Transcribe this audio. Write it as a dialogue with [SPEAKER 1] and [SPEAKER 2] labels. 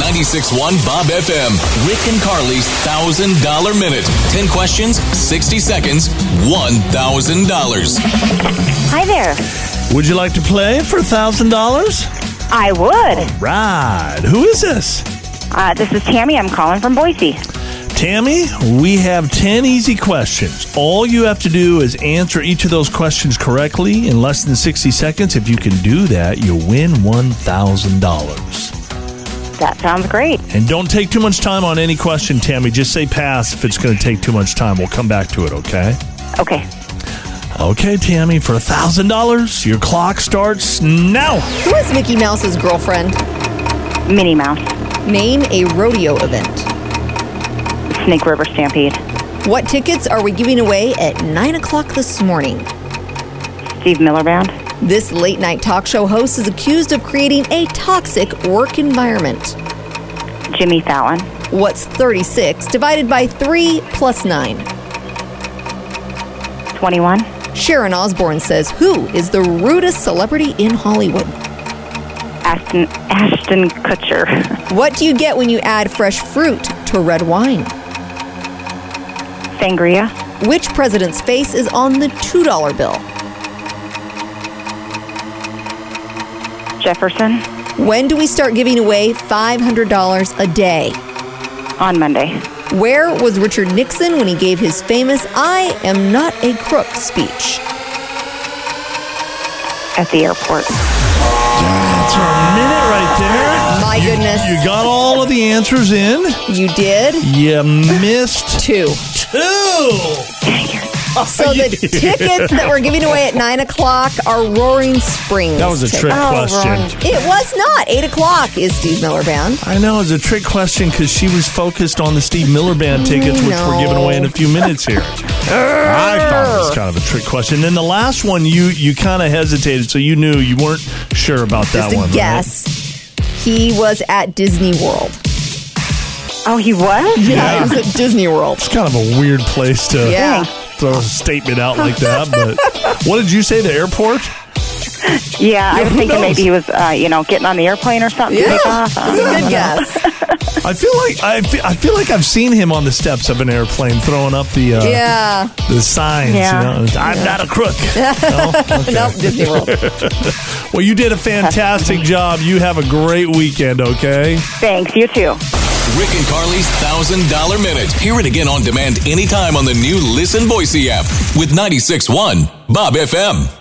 [SPEAKER 1] 961 Bob FM. Rick and Carly's $1,000 minute. 10 questions, 60 seconds, $1,000.
[SPEAKER 2] Hi there.
[SPEAKER 3] Would you like to play for $1,000?
[SPEAKER 2] I would.
[SPEAKER 3] Right. Who is this?
[SPEAKER 2] Uh, this is Tammy. I'm calling from Boise.
[SPEAKER 3] Tammy, we have 10 easy questions. All you have to do is answer each of those questions correctly in less than 60 seconds. If you can do that, you win $1,000.
[SPEAKER 2] That sounds great.
[SPEAKER 3] And don't take too much time on any question, Tammy. Just say pass if it's going to take too much time. We'll come back to it, okay?
[SPEAKER 2] Okay.
[SPEAKER 3] Okay, Tammy, for $1,000, your clock starts now.
[SPEAKER 4] Who is Mickey Mouse's girlfriend?
[SPEAKER 2] Minnie Mouse.
[SPEAKER 4] Name a rodeo event.
[SPEAKER 2] Snake River Stampede.
[SPEAKER 4] What tickets are we giving away at 9 o'clock this morning?
[SPEAKER 2] Steve Miller Band.
[SPEAKER 4] This late night talk show host is accused of creating a toxic work environment.
[SPEAKER 2] Jimmy Fallon.
[SPEAKER 4] What's 36 divided by 3 plus 9?
[SPEAKER 2] 21.
[SPEAKER 4] Sharon Osbourne says, Who is the rudest celebrity in Hollywood?
[SPEAKER 2] Ashton, Ashton Kutcher.
[SPEAKER 4] What do you get when you add fresh fruit to red wine?
[SPEAKER 2] Sangria.
[SPEAKER 4] Which president's face is on the $2 bill?
[SPEAKER 2] Jefferson.
[SPEAKER 4] When do we start giving away $500 a day?
[SPEAKER 2] On Monday.
[SPEAKER 4] Where was Richard Nixon when he gave his famous I am not a crook speech?
[SPEAKER 2] At the airport.
[SPEAKER 3] That's our minute right there.
[SPEAKER 4] My
[SPEAKER 3] You-
[SPEAKER 4] goodness.
[SPEAKER 3] You got all of the answers in.
[SPEAKER 4] You did?
[SPEAKER 3] You missed
[SPEAKER 4] Two.
[SPEAKER 3] two.
[SPEAKER 4] So the tickets that we're giving away at 9 o'clock are Roaring Springs.
[SPEAKER 3] That was a
[SPEAKER 4] tickets.
[SPEAKER 3] trick
[SPEAKER 2] Oh,
[SPEAKER 3] question.
[SPEAKER 2] wrong.
[SPEAKER 4] It was not. 8 o'clock is Steve Miller Band.
[SPEAKER 3] I know it's a trick question because she was focused on the Steve Miller
[SPEAKER 4] Mm,
[SPEAKER 3] Band tickets, which we're giving away in a few minutes here. I thought it was kind of a trick question. And then the last one, you you kind of hesitated, so you knew you weren't sure about that
[SPEAKER 4] Just a
[SPEAKER 3] one. right?
[SPEAKER 4] guess. He was at Disney World.
[SPEAKER 2] Oh, he was?
[SPEAKER 4] Yeah, he was at Disney World.
[SPEAKER 3] It's kind of a weird place to
[SPEAKER 4] Yeah.
[SPEAKER 3] throw a statement out like that. But what did you say? The airport?
[SPEAKER 2] Yeah, I was
[SPEAKER 3] who
[SPEAKER 2] thinking
[SPEAKER 3] knows?
[SPEAKER 2] maybe he was, uh, you know, getting on the airplane or something. to
[SPEAKER 4] Yeah,
[SPEAKER 2] take off.
[SPEAKER 4] that's a good guess.
[SPEAKER 3] I feel like I feel, I feel like I've seen him on the steps of an airplane throwing up the uh,
[SPEAKER 4] Yeah.
[SPEAKER 3] the signs.
[SPEAKER 2] Yeah.
[SPEAKER 3] You know? I'm not a crook. no? Okay.
[SPEAKER 4] Nope, Disney World.
[SPEAKER 3] Well, you did a fantastic job. You have a great weekend, okay?
[SPEAKER 2] Thanks. You too.
[SPEAKER 1] Rick and Carly's $1,000 minute. Hear it again on demand anytime on the new Listen Boise app with 961 Bob FM.